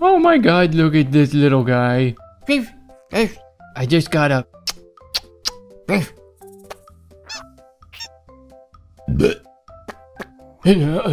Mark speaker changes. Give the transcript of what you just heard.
Speaker 1: Oh my god, look at this little guy. I just got a.